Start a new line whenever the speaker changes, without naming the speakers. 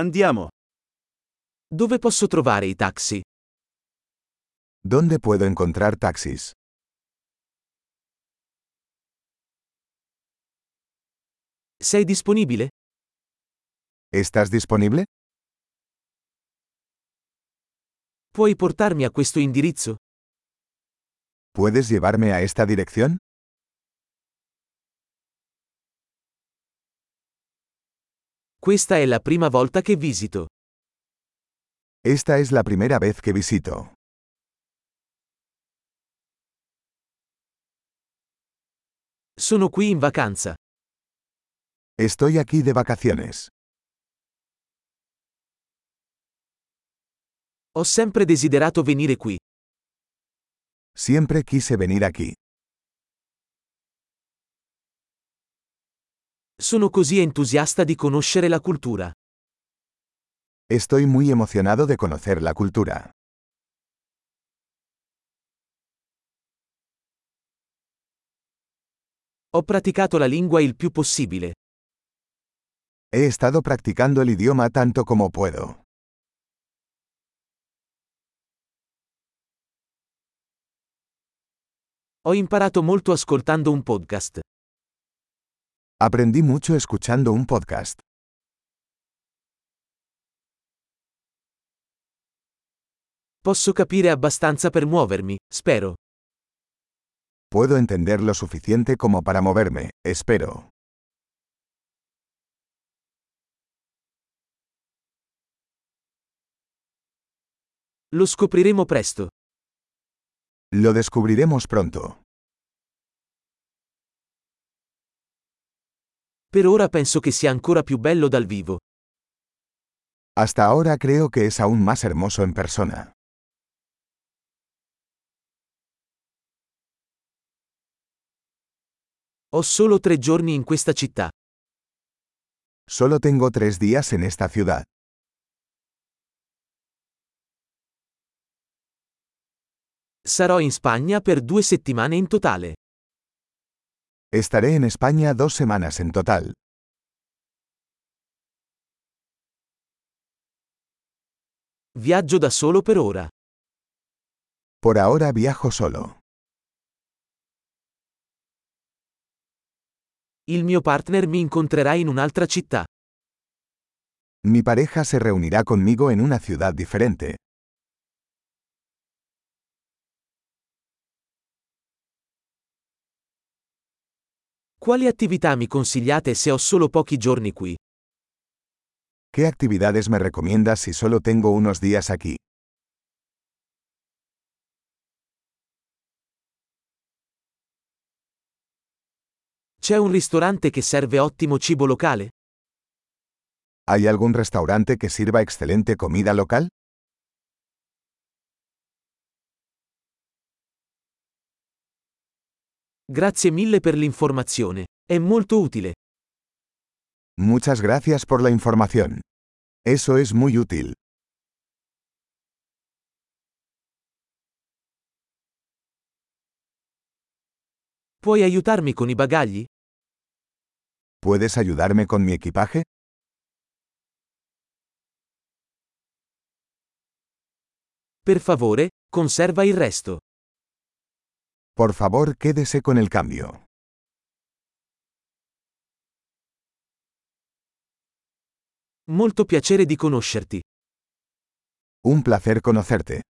Andiamo. Dove posso trovare i taxi?
¿Dónde puedo encontrar taxis?
Sei disponibile?
¿Estás disponible?
Puoi portarmi a questo indirizzo?
¿Puedes llevarme a esta dirección?
Questa è la prima volta che visito.
Esta es la primera vez que visito.
Sono qui in vacanza.
Estoy aquí de vacaciones.
Ho sempre desiderato venire qui.
Siempre quise venir aquí.
Sono così entusiasta di conoscere la cultura.
Estoy muy emocionado de conocer la cultura.
Ho praticato la lingua il più possibile.
He estado practicando el idioma tanto como puedo.
Ho imparato molto ascoltando un podcast.
Aprendí mucho escuchando un podcast.
Posso capire abbastanza per muovermi, spero.
Puedo entender lo suficiente como para moverme, espero.
Lo scopriremo presto.
Lo descubriremos pronto.
Per ora penso che sia ancora più bello dal vivo.
Hasta ahora creo que es aún más hermoso en persona.
Ho solo tre giorni in questa città.
Solo tengo tres días en esta ciudad.
Sarò in Spagna per due settimane in totale.
Estaré en España dos semanas en total.
Viaggio da solo per ora.
Por ahora viajo solo.
Il mio partner mi incontrerà in un'altra città.
Mi pareja se reunirá conmigo en una ciudad diferente.
Quali attività mi consigliate se ho solo pochi giorni qui?
¿Qué actividades me recomiendas si solo tengo unos días aquí?
C'è un ristorante che serve ottimo cibo locale?
¿Hay algún restaurante que sirva excelente comida local?
Grazie mille per l'informazione. È molto utile.
Muchas gracias por la información. Eso es muy útil.
Puoi aiutarmi con i bagagli?
¿Puedes ayudarme con mi equipaje?
Per favore, conserva il resto.
Por favor, quédese con el cambio.
Molto piacere di conoscerti.
Un placer conocerte.